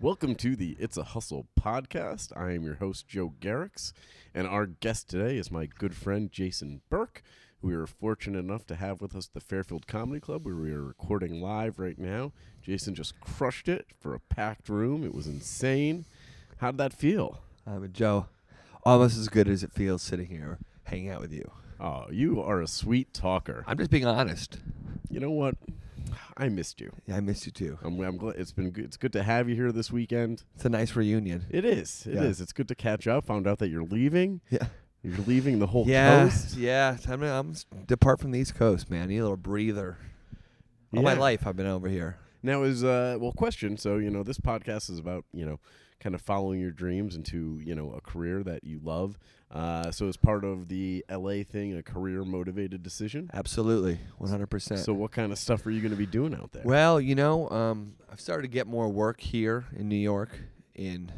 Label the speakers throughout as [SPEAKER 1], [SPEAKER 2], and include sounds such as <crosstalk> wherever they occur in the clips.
[SPEAKER 1] Welcome to the It's a Hustle podcast. I am your host, Joe Garrix, and our guest today is my good friend, Jason Burke, who we were fortunate enough to have with us at the Fairfield Comedy Club, where we are recording live right now. Jason just crushed it for a packed room. It was insane. How did that feel?
[SPEAKER 2] Um, Joe, almost as good as it feels sitting here hanging out with you.
[SPEAKER 1] Oh, you are a sweet talker.
[SPEAKER 2] I'm just being honest.
[SPEAKER 1] You know what? I missed you.
[SPEAKER 2] Yeah, I miss you too.
[SPEAKER 1] I'm, I'm glad it's been good. It's good to have you here this weekend.
[SPEAKER 2] It's a nice reunion.
[SPEAKER 1] It is. It is.
[SPEAKER 2] Yeah.
[SPEAKER 1] It's good to catch up. Found out that you're leaving.
[SPEAKER 2] Yeah.
[SPEAKER 1] You're leaving the whole
[SPEAKER 2] yeah,
[SPEAKER 1] coast.
[SPEAKER 2] yeah. Time to I'm s- depart from the East Coast, man. Need a little breather. All my
[SPEAKER 1] Yeah.
[SPEAKER 2] life, I've been over here.
[SPEAKER 1] Now is uh well question. So you know this podcast is about you know kind of following your dreams into you know a career that you love. Uh, so as part of the LA thing, a career motivated decision.
[SPEAKER 2] Absolutely, 100. percent
[SPEAKER 1] So what kind of stuff are you going to be doing out there?
[SPEAKER 2] Well, you know, um, I've started to get more work here in New York, in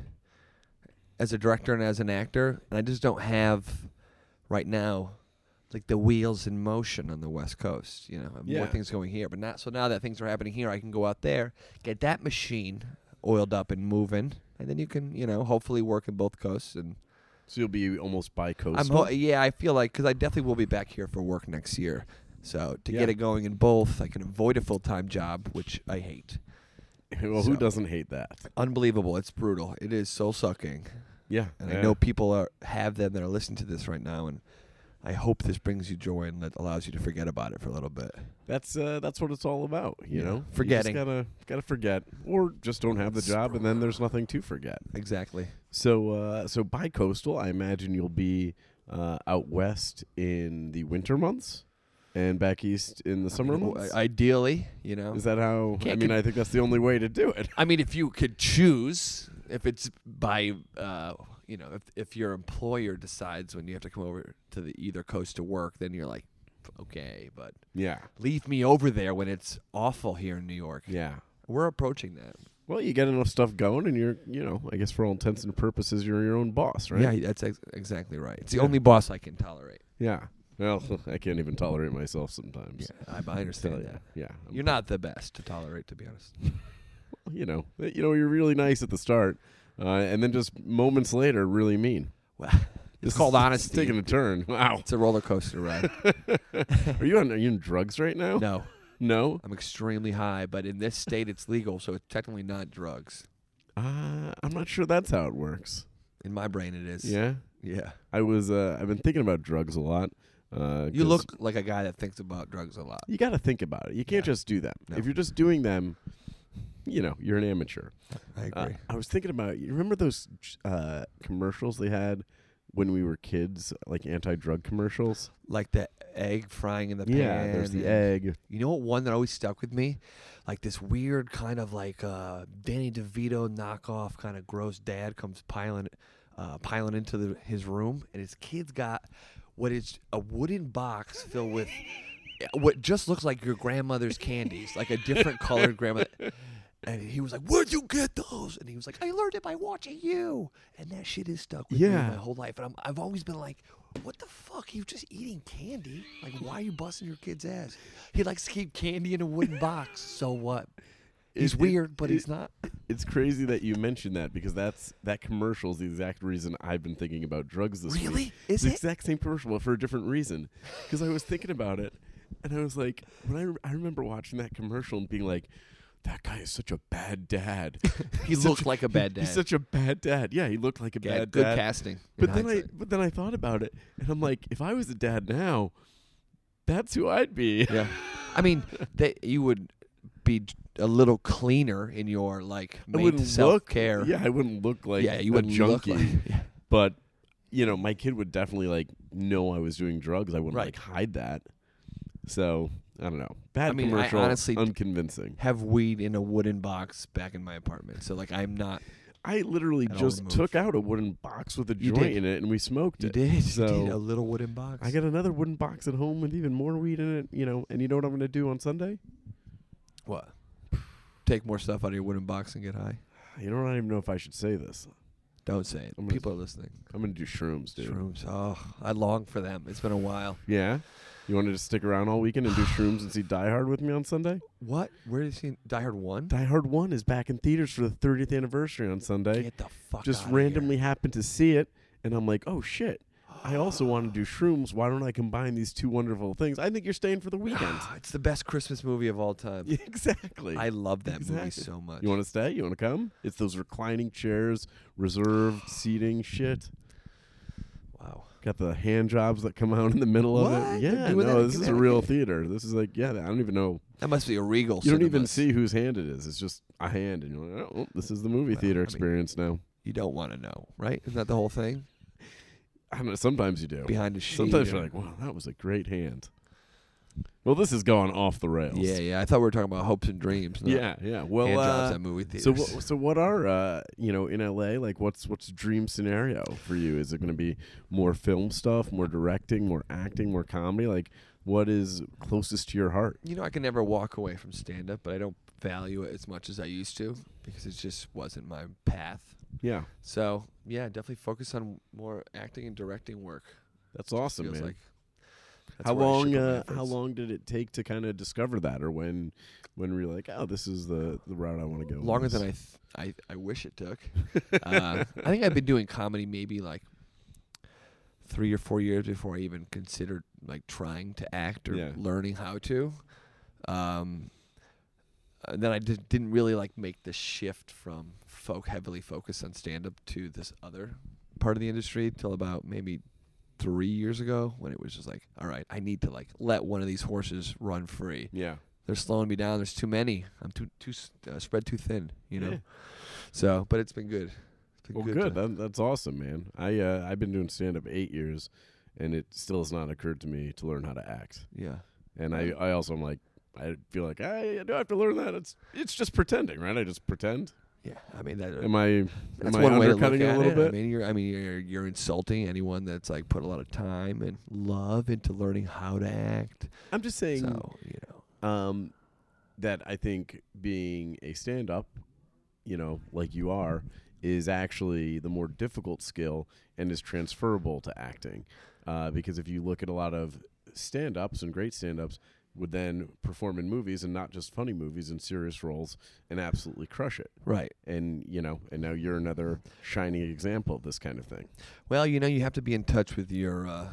[SPEAKER 2] as a director and as an actor, and I just don't have right now like the wheels in motion on the West Coast. You know, I have more
[SPEAKER 1] Yeah.
[SPEAKER 2] things going here, but not so now that things are happening here, I can go out there, get that machine oiled up and moving, and then you can, you know, hopefully work in both coasts. And
[SPEAKER 1] So you'll be almost by
[SPEAKER 2] I'm,
[SPEAKER 1] coastal.
[SPEAKER 2] ho- yeah, I feel like because I definitely will be back here for work next year. So to
[SPEAKER 1] Yeah.
[SPEAKER 2] get it going in both, I can avoid a full time job, which I hate.
[SPEAKER 1] <laughs> well, who
[SPEAKER 2] so.
[SPEAKER 1] doesn't hate that?
[SPEAKER 2] unbelievable. It's brutal. It is soul sucking,
[SPEAKER 1] Yeah,
[SPEAKER 2] and
[SPEAKER 1] yeah.
[SPEAKER 2] I know people are have them that are listening to this right now, and I hope this brings you joy and that allows you to forget about it for a little bit.
[SPEAKER 1] That's uh, that's what it's all about, you
[SPEAKER 2] Yeah.
[SPEAKER 1] know.
[SPEAKER 2] Forgetting.
[SPEAKER 1] you just gotta gotta forget, or just don't have the job, and then there's nothing to forget.
[SPEAKER 2] Exactly.
[SPEAKER 1] So uh, so bi-coastal, I imagine you'll be uh, out west in the winter months, and back east in the summer months.
[SPEAKER 2] Ideally, you know.
[SPEAKER 1] Is that how? I
[SPEAKER 2] Can't
[SPEAKER 1] mean,
[SPEAKER 2] con-
[SPEAKER 1] I think that's the only way to do it. <laughs>
[SPEAKER 2] I mean, if you could choose, if it's by, uh, you know, if if your employer decides when you have to come over to the either coast to work, then you're like, okay, but
[SPEAKER 1] Yeah,
[SPEAKER 2] leave me over there when it's awful here in New York.
[SPEAKER 1] yeah.
[SPEAKER 2] We're approaching that.
[SPEAKER 1] Well, you get enough stuff going, and you're, you know, I guess for all intents and purposes, you're your own boss, right?
[SPEAKER 2] Yeah, that's ex- exactly right. It's the
[SPEAKER 1] Yeah.
[SPEAKER 2] only boss I can tolerate.
[SPEAKER 1] Yeah. Well, <laughs> I can't even tolerate myself sometimes.
[SPEAKER 2] I, I
[SPEAKER 1] Tell
[SPEAKER 2] understand
[SPEAKER 1] ya.
[SPEAKER 2] that.
[SPEAKER 1] Yeah. I'm
[SPEAKER 2] You're not the best to tolerate, to be honest.
[SPEAKER 1] you know, you know, you're really nice at the start, uh, and then just moments later, really mean.
[SPEAKER 2] Well,
[SPEAKER 1] This
[SPEAKER 2] <laughs> it's
[SPEAKER 1] is- <laughs>
[SPEAKER 2] called
[SPEAKER 1] this is
[SPEAKER 2] honesty.
[SPEAKER 1] Taking a turn. Wow.
[SPEAKER 2] it's a roller coaster ride.
[SPEAKER 1] Are you on? Are you on drugs right now?
[SPEAKER 2] <laughs> no,
[SPEAKER 1] No.
[SPEAKER 2] I'm extremely high, but in this state, it's legal, so it's technically not drugs.
[SPEAKER 1] Uh, I'm not sure that's how it works.
[SPEAKER 2] In my brain, it is.
[SPEAKER 1] Yeah.
[SPEAKER 2] yeah.
[SPEAKER 1] I was. Uh, I've been thinking about drugs a lot. Uh,
[SPEAKER 2] You
[SPEAKER 1] 'cause
[SPEAKER 2] look like a guy that thinks about drugs a lot.
[SPEAKER 1] You got to think about it. You can't
[SPEAKER 2] Yeah.
[SPEAKER 1] just do them.
[SPEAKER 2] No.
[SPEAKER 1] If you're just doing them, you know, you're an amateur.
[SPEAKER 2] I
[SPEAKER 1] Uh, I was thinking about you remember those uh, commercials they had when we were kids, like anti-drug commercials.
[SPEAKER 2] like the egg frying in the pan.
[SPEAKER 1] yeah, there's the
[SPEAKER 2] and-
[SPEAKER 1] egg.
[SPEAKER 2] You know what one that always stuck with me? Like this weird kind of like uh, Danny DeVito knockoff kind of gross dad comes piling uh, piling into the, his room and his kid's got what is a wooden box filled with uh, what just looks like your grandmother's candies, like a different colored grandmother. And he was like, "Where'd you get those?" And he was like, "I learned it by watching you." And that shit has stuck with
[SPEAKER 1] Yeah.
[SPEAKER 2] me my whole life. And I'm, I've always been like, "What the fuck? You just eating candy? Like, why are you busting your kid's ass?" He likes to keep candy in a wooden box. So what? He's
[SPEAKER 1] It- it-
[SPEAKER 2] weird, but
[SPEAKER 1] it-
[SPEAKER 2] he's
[SPEAKER 1] <laughs>
[SPEAKER 2] not.
[SPEAKER 1] It's crazy that you mentioned that because that's that commercial is the exact reason I've been thinking about drugs this week.
[SPEAKER 2] Really?
[SPEAKER 1] It's
[SPEAKER 2] Is
[SPEAKER 1] the
[SPEAKER 2] it?
[SPEAKER 1] exact same commercial but for a different reason. Because I was thinking about it, and I was like, when I, re- I remember watching that commercial and being like, that guy is such a bad
[SPEAKER 2] <laughs>
[SPEAKER 1] dad.
[SPEAKER 2] He
[SPEAKER 1] He's such
[SPEAKER 2] looked
[SPEAKER 1] a-
[SPEAKER 2] like a bad
[SPEAKER 1] He's
[SPEAKER 2] dad.
[SPEAKER 1] such a bad dad. Yeah, he looked like a
[SPEAKER 2] Yeah,
[SPEAKER 1] bad
[SPEAKER 2] good
[SPEAKER 1] dad.
[SPEAKER 2] casting. in
[SPEAKER 1] but then I
[SPEAKER 2] hindsight.
[SPEAKER 1] but then I thought about it, and I'm like, if I was a dad now, that's who I'd be.
[SPEAKER 2] Yeah. I mean, that you would be j- a little cleaner in your like
[SPEAKER 1] I wouldn't
[SPEAKER 2] self
[SPEAKER 1] look
[SPEAKER 2] care.
[SPEAKER 1] <laughs> Yeah, I wouldn't look like
[SPEAKER 2] yeah, you
[SPEAKER 1] a
[SPEAKER 2] wouldn't look
[SPEAKER 1] junkie.
[SPEAKER 2] like.
[SPEAKER 1] <laughs>
[SPEAKER 2] Yeah.
[SPEAKER 1] but you know my kid would definitely like know i was doing drugs i wouldn't
[SPEAKER 2] Right.
[SPEAKER 1] like hide that so i don't know bad
[SPEAKER 2] I mean, I
[SPEAKER 1] commercial
[SPEAKER 2] honestly-
[SPEAKER 1] unconvincing
[SPEAKER 2] Have weed in a wooden box back in my apartment. So like, I'm not.
[SPEAKER 1] i literally
[SPEAKER 2] At all
[SPEAKER 1] just
[SPEAKER 2] removed.
[SPEAKER 1] took out a wooden box with a
[SPEAKER 2] You
[SPEAKER 1] joint
[SPEAKER 2] did.
[SPEAKER 1] in it and we smoked
[SPEAKER 2] You
[SPEAKER 1] it
[SPEAKER 2] did.
[SPEAKER 1] so
[SPEAKER 2] you did a little wooden box.
[SPEAKER 1] i got another wooden box at home with even more weed in it you know and you know what i'm gonna do on sunday
[SPEAKER 2] what? Take more stuff out of your wooden box and get high.
[SPEAKER 1] you know i don't even know if i should say this
[SPEAKER 2] Don't say it.
[SPEAKER 1] I'm gonna-
[SPEAKER 2] People are listening.
[SPEAKER 1] i'm gonna do shrooms dude
[SPEAKER 2] Shrooms. Oh, I long for them. It's been a while.
[SPEAKER 1] yeah You wanted to stick around all weekend and do shrooms and see Die Hard with me on Sunday?
[SPEAKER 2] What? Where did you see Die Hard One?
[SPEAKER 1] Die Hard 1 is back in theaters for the 30th anniversary on Sunday.
[SPEAKER 2] Get the fuck.
[SPEAKER 1] Just
[SPEAKER 2] outta
[SPEAKER 1] randomly happened to see it, and I'm like, oh shit. I also want to
[SPEAKER 2] <gasps>
[SPEAKER 1] do shrooms. Why don't I combine these two wonderful things? I think you're staying for the
[SPEAKER 2] here. <sighs>
[SPEAKER 1] weekend. <laughs>
[SPEAKER 2] Ah, it's the best Christmas movie of all time.
[SPEAKER 1] exactly.
[SPEAKER 2] I love that movie
[SPEAKER 1] Exactly.
[SPEAKER 2] so much.
[SPEAKER 1] you want to stay? You want to come? It's those reclining chairs, reserved seating shit.
[SPEAKER 2] wow.
[SPEAKER 1] Got the hand jobs that come out in the middle of
[SPEAKER 2] What?
[SPEAKER 1] it.
[SPEAKER 2] They're
[SPEAKER 1] Yeah,
[SPEAKER 2] doing that
[SPEAKER 1] no,
[SPEAKER 2] in
[SPEAKER 1] this is a real theater. This is like, yeah, I don't even know.
[SPEAKER 2] That must be a Regal.
[SPEAKER 1] You don't even
[SPEAKER 2] Cinemas.
[SPEAKER 1] see whose hand it is. It's just a hand, and you're like, oh, this is the movie
[SPEAKER 2] Well,
[SPEAKER 1] theater
[SPEAKER 2] I mean-
[SPEAKER 1] experience now.
[SPEAKER 2] You don't want to know, right? Isn't that the whole thing?
[SPEAKER 1] I don't know. Sometimes you do.
[SPEAKER 2] Behind a sheet.
[SPEAKER 1] Sometimes
[SPEAKER 2] or-
[SPEAKER 1] you're like, wow, that was a great hand. Well, this has gone off the rails.
[SPEAKER 2] Yeah, yeah. I thought we were talking about hopes and dreams. not
[SPEAKER 1] yeah, yeah. Well,
[SPEAKER 2] hand jobs
[SPEAKER 1] uh,
[SPEAKER 2] at movie
[SPEAKER 1] so
[SPEAKER 2] theaters.
[SPEAKER 1] what, so what are uh, you know in LA like what's what's the dream scenario for you? Is it going to be more film stuff, more directing, more acting, more comedy? Like what is closest to your heart?
[SPEAKER 2] you know, I can never walk away from stand up, but I don't value it as much as I used to because it just wasn't my path.
[SPEAKER 1] Yeah,
[SPEAKER 2] So yeah, definitely focus on more acting and directing work.
[SPEAKER 1] that's awesome,
[SPEAKER 2] feels
[SPEAKER 1] man.
[SPEAKER 2] like that's
[SPEAKER 1] how
[SPEAKER 2] where I
[SPEAKER 1] long
[SPEAKER 2] should put my
[SPEAKER 1] uh, how
[SPEAKER 2] efforts.
[SPEAKER 1] long did it take to kind of discover that, or when when we were like, oh, this is the the route I want to go? with
[SPEAKER 2] Longer
[SPEAKER 1] this?
[SPEAKER 2] than I, th- I I wish it took. uh, I think I've been doing comedy maybe like three or four years before I even considered like trying to act or
[SPEAKER 1] Yeah.
[SPEAKER 2] learning how to. Um, and then I did, didn't really like make the shift from folk heavily focused on stand up to this other part of the industry till about maybe three years ago when it was just like, all right, I need to like let one of these horses run free
[SPEAKER 1] Yeah,
[SPEAKER 2] they're slowing me down. There's too many. I'm too too s- uh, spread too thin. You know.
[SPEAKER 1] Yeah.
[SPEAKER 2] So, but it's been good. It's been
[SPEAKER 1] Well,
[SPEAKER 2] good.
[SPEAKER 1] good.
[SPEAKER 2] to-
[SPEAKER 1] That, that's awesome, man. I uh, I've been doing stand up eight years, and it still has not occurred to me to learn how to act.
[SPEAKER 2] yeah.
[SPEAKER 1] And I, I also am like, I feel like I, I do have to learn that. It's it's just pretending, right? I just pretend.
[SPEAKER 2] Yeah. I mean that. uh,
[SPEAKER 1] Am I am
[SPEAKER 2] that's
[SPEAKER 1] I
[SPEAKER 2] one way to look at
[SPEAKER 1] undercutting it a little
[SPEAKER 2] it. I
[SPEAKER 1] bit?
[SPEAKER 2] mean, you're I mean you're you're insulting anyone that's like put a lot of time and love into learning how to act.
[SPEAKER 1] I'm just saying
[SPEAKER 2] So you know.
[SPEAKER 1] um, that I think being a stand up, you know, like you are, is actually the more difficult skill and is transferable to acting. Uh, because if you look at a lot of stand ups and great stand ups, would then perform in movies and not just funny movies and serious roles and absolutely crush it.
[SPEAKER 2] Right.
[SPEAKER 1] And, you know, and now you're another shining example of this kind of thing.
[SPEAKER 2] Well, you know you have to be in touch with your. Uh,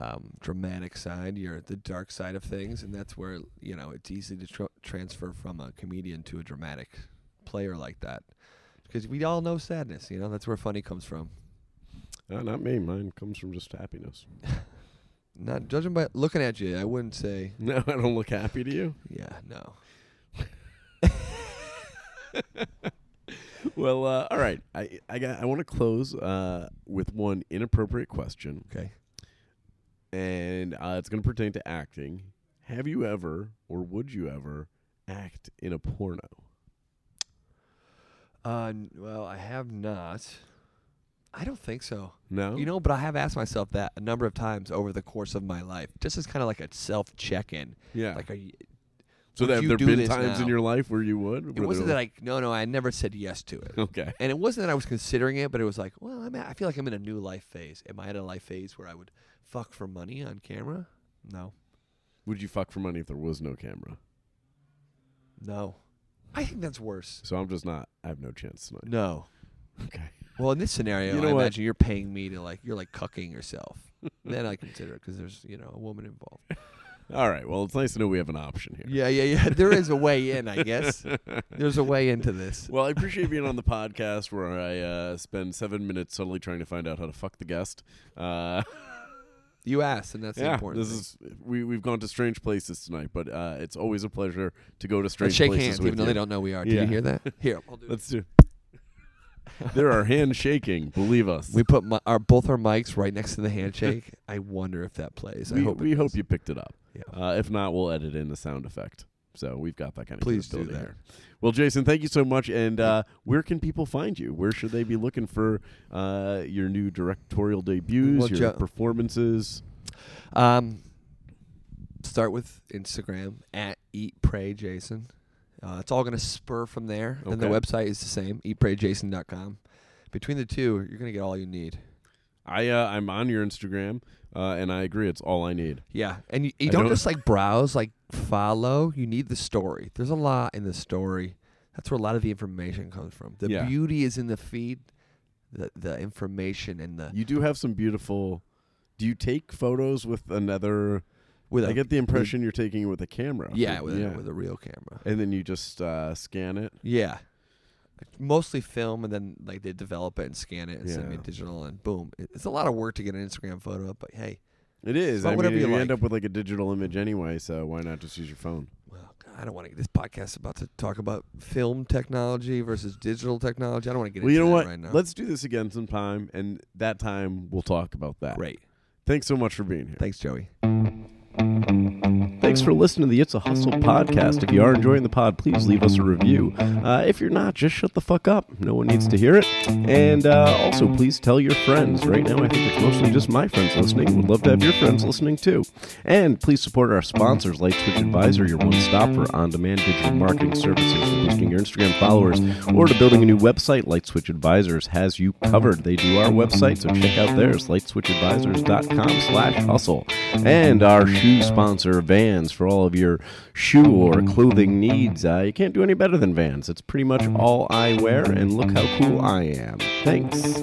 [SPEAKER 2] um, dramatic side, your the dark side of things, and that's where you know it's easy to tr- transfer from a comedian to a dramatic player like that, because we all know sadness. You know that's where funny comes from.
[SPEAKER 1] Uh, not me. Mine comes from just happiness. <laughs>
[SPEAKER 2] Not judging by looking at you, I wouldn't say.
[SPEAKER 1] No, I don't look happy to you.
[SPEAKER 2] Yeah, no.
[SPEAKER 1] Well, uh, all right. I I got. I want to close uh, with one inappropriate question,
[SPEAKER 2] Okay.
[SPEAKER 1] and uh, it's going to pertain to acting. Have you ever, or would you ever, act in a porno?
[SPEAKER 2] Uh, n- well, I have not. I don't think so.
[SPEAKER 1] No.
[SPEAKER 2] You know, but I have asked myself that a number of times over the course of my life, just as kind of like a self check-in.
[SPEAKER 1] Yeah.
[SPEAKER 2] Like, are you,
[SPEAKER 1] so
[SPEAKER 2] would
[SPEAKER 1] that
[SPEAKER 2] you
[SPEAKER 1] there
[SPEAKER 2] do
[SPEAKER 1] been
[SPEAKER 2] this
[SPEAKER 1] times in
[SPEAKER 2] now?
[SPEAKER 1] your life where you would.
[SPEAKER 2] it wasn't that I no no I never said yes to it.
[SPEAKER 1] <laughs> okay.
[SPEAKER 2] and it wasn't that I was considering it, but it was like, well, I'm at, I feel like I'm in a new life phase. Am I at a life phase where I would fuck for money on camera? No,
[SPEAKER 1] Would you fuck for money if there was no camera?
[SPEAKER 2] no. I think that's worse.
[SPEAKER 1] So I'm just not. I have no chance
[SPEAKER 2] <laughs>
[SPEAKER 1] tonight.
[SPEAKER 2] No.
[SPEAKER 1] Okay.
[SPEAKER 2] Well, in this scenario,
[SPEAKER 1] You know
[SPEAKER 2] I
[SPEAKER 1] what?
[SPEAKER 2] imagine you're paying me to like you're like
[SPEAKER 1] <laughs>
[SPEAKER 2] cucking yourself. then I consider it because there's you know a woman involved.
[SPEAKER 1] All right. Well, it's nice to know we have an option here.
[SPEAKER 2] Yeah, yeah, yeah. There is a way in,
[SPEAKER 1] <laughs>
[SPEAKER 2] I guess. There's a way into this.
[SPEAKER 1] Well, I appreciate being
[SPEAKER 2] <laughs>
[SPEAKER 1] on the podcast where I uh, spend seven minutes totally trying to find out how to fuck the guest. Uh,
[SPEAKER 2] You asked, and that's the
[SPEAKER 1] yeah,
[SPEAKER 2] important.
[SPEAKER 1] this
[SPEAKER 2] thing.
[SPEAKER 1] is we we've gone to strange places tonight, but uh, it's always a pleasure to go to
[SPEAKER 2] Let's
[SPEAKER 1] strange
[SPEAKER 2] shake
[SPEAKER 1] places
[SPEAKER 2] hands,
[SPEAKER 1] with
[SPEAKER 2] even though
[SPEAKER 1] you.
[SPEAKER 2] they don't know we are. Did
[SPEAKER 1] Yeah.
[SPEAKER 2] you hear that?
[SPEAKER 1] <laughs>
[SPEAKER 2] Here, I'll do it.
[SPEAKER 1] Let's do. there are handshaking. Believe us.
[SPEAKER 2] We put my, our both our mics right next to the
[SPEAKER 1] <laughs>
[SPEAKER 2] handshake. I wonder if that plays. I
[SPEAKER 1] we,
[SPEAKER 2] hope. it
[SPEAKER 1] we
[SPEAKER 2] does.
[SPEAKER 1] hope you picked it up.
[SPEAKER 2] Yeah.
[SPEAKER 1] Uh, if not, we'll edit in a sound effect. So we've got that kind of
[SPEAKER 2] Please do
[SPEAKER 1] capability
[SPEAKER 2] that.
[SPEAKER 1] here. Well, Jason, thank you so much. And uh, where can people find you? Where should they be looking for uh, your new directorial debuts,
[SPEAKER 2] Well,
[SPEAKER 1] your
[SPEAKER 2] Jo-
[SPEAKER 1] performances?
[SPEAKER 2] Um, start with Instagram at Eat Pray Jason. Uh, it's all going to spur from there, and the
[SPEAKER 1] Okay.
[SPEAKER 2] website is the same, eatprayjason.com. Between the two, you're going to get all you need.
[SPEAKER 1] I uh, I'm on your Instagram, uh, and I agree. It's all I need.
[SPEAKER 2] Yeah, and you, you
[SPEAKER 1] I
[SPEAKER 2] don't,
[SPEAKER 1] don't-
[SPEAKER 2] just like browse, like follow. You need the story. There's a lot in the story. That's where a lot of the information comes from. The
[SPEAKER 1] Yeah.
[SPEAKER 2] beauty is in the feed, the the information and the
[SPEAKER 1] You do have some beautiful. Do you take photos with another?
[SPEAKER 2] with
[SPEAKER 1] I
[SPEAKER 2] a
[SPEAKER 1] get the impression you're taking it with a camera.
[SPEAKER 2] yeah with, A, with a real camera.
[SPEAKER 1] and then you just uh, scan it.
[SPEAKER 2] Yeah, mostly film, and then like they develop it and scan it and send me
[SPEAKER 1] Yeah.
[SPEAKER 2] digital, and boom, It- it's a lot of work to get an Instagram photo up. But hey,
[SPEAKER 1] It is.
[SPEAKER 2] But
[SPEAKER 1] I
[SPEAKER 2] whatever
[SPEAKER 1] mean,
[SPEAKER 2] you
[SPEAKER 1] you end
[SPEAKER 2] like.
[SPEAKER 1] up with like a digital image anyway, so why not just use your phone?
[SPEAKER 2] well, God, I don't want to. This podcast is about to talk about film technology versus digital technology. I don't want to get
[SPEAKER 1] Well, you
[SPEAKER 2] into
[SPEAKER 1] know
[SPEAKER 2] that
[SPEAKER 1] what?
[SPEAKER 2] right now.
[SPEAKER 1] Let's do this again sometime, and that time we'll talk about that.
[SPEAKER 2] Great.
[SPEAKER 1] Thanks so much for being here.
[SPEAKER 2] Thanks, Joey.
[SPEAKER 1] Thanks for listening to the It's a Hustle podcast. If you are enjoying the pod, please leave us a review. Uh, if you're not, just shut the fuck up. No one needs to hear it. And uh, also, please tell your friends. Right now, I think it's mostly just my friends listening. Would love to have your friends listening too. And please support our sponsors, Lightswitch Advisor, your one stop for on demand digital marketing services for boosting your Instagram followers or to building a new website. Lightswitch Advisors has you covered. They do our website, so check out theirs, lightswitchadvisors.com slash hustle. And our shoe sponsor, Vans, for all of your shoe or clothing needs. Uh, you can't do any better than Vans. It's pretty much all I wear, and look how cool I am. Thanks.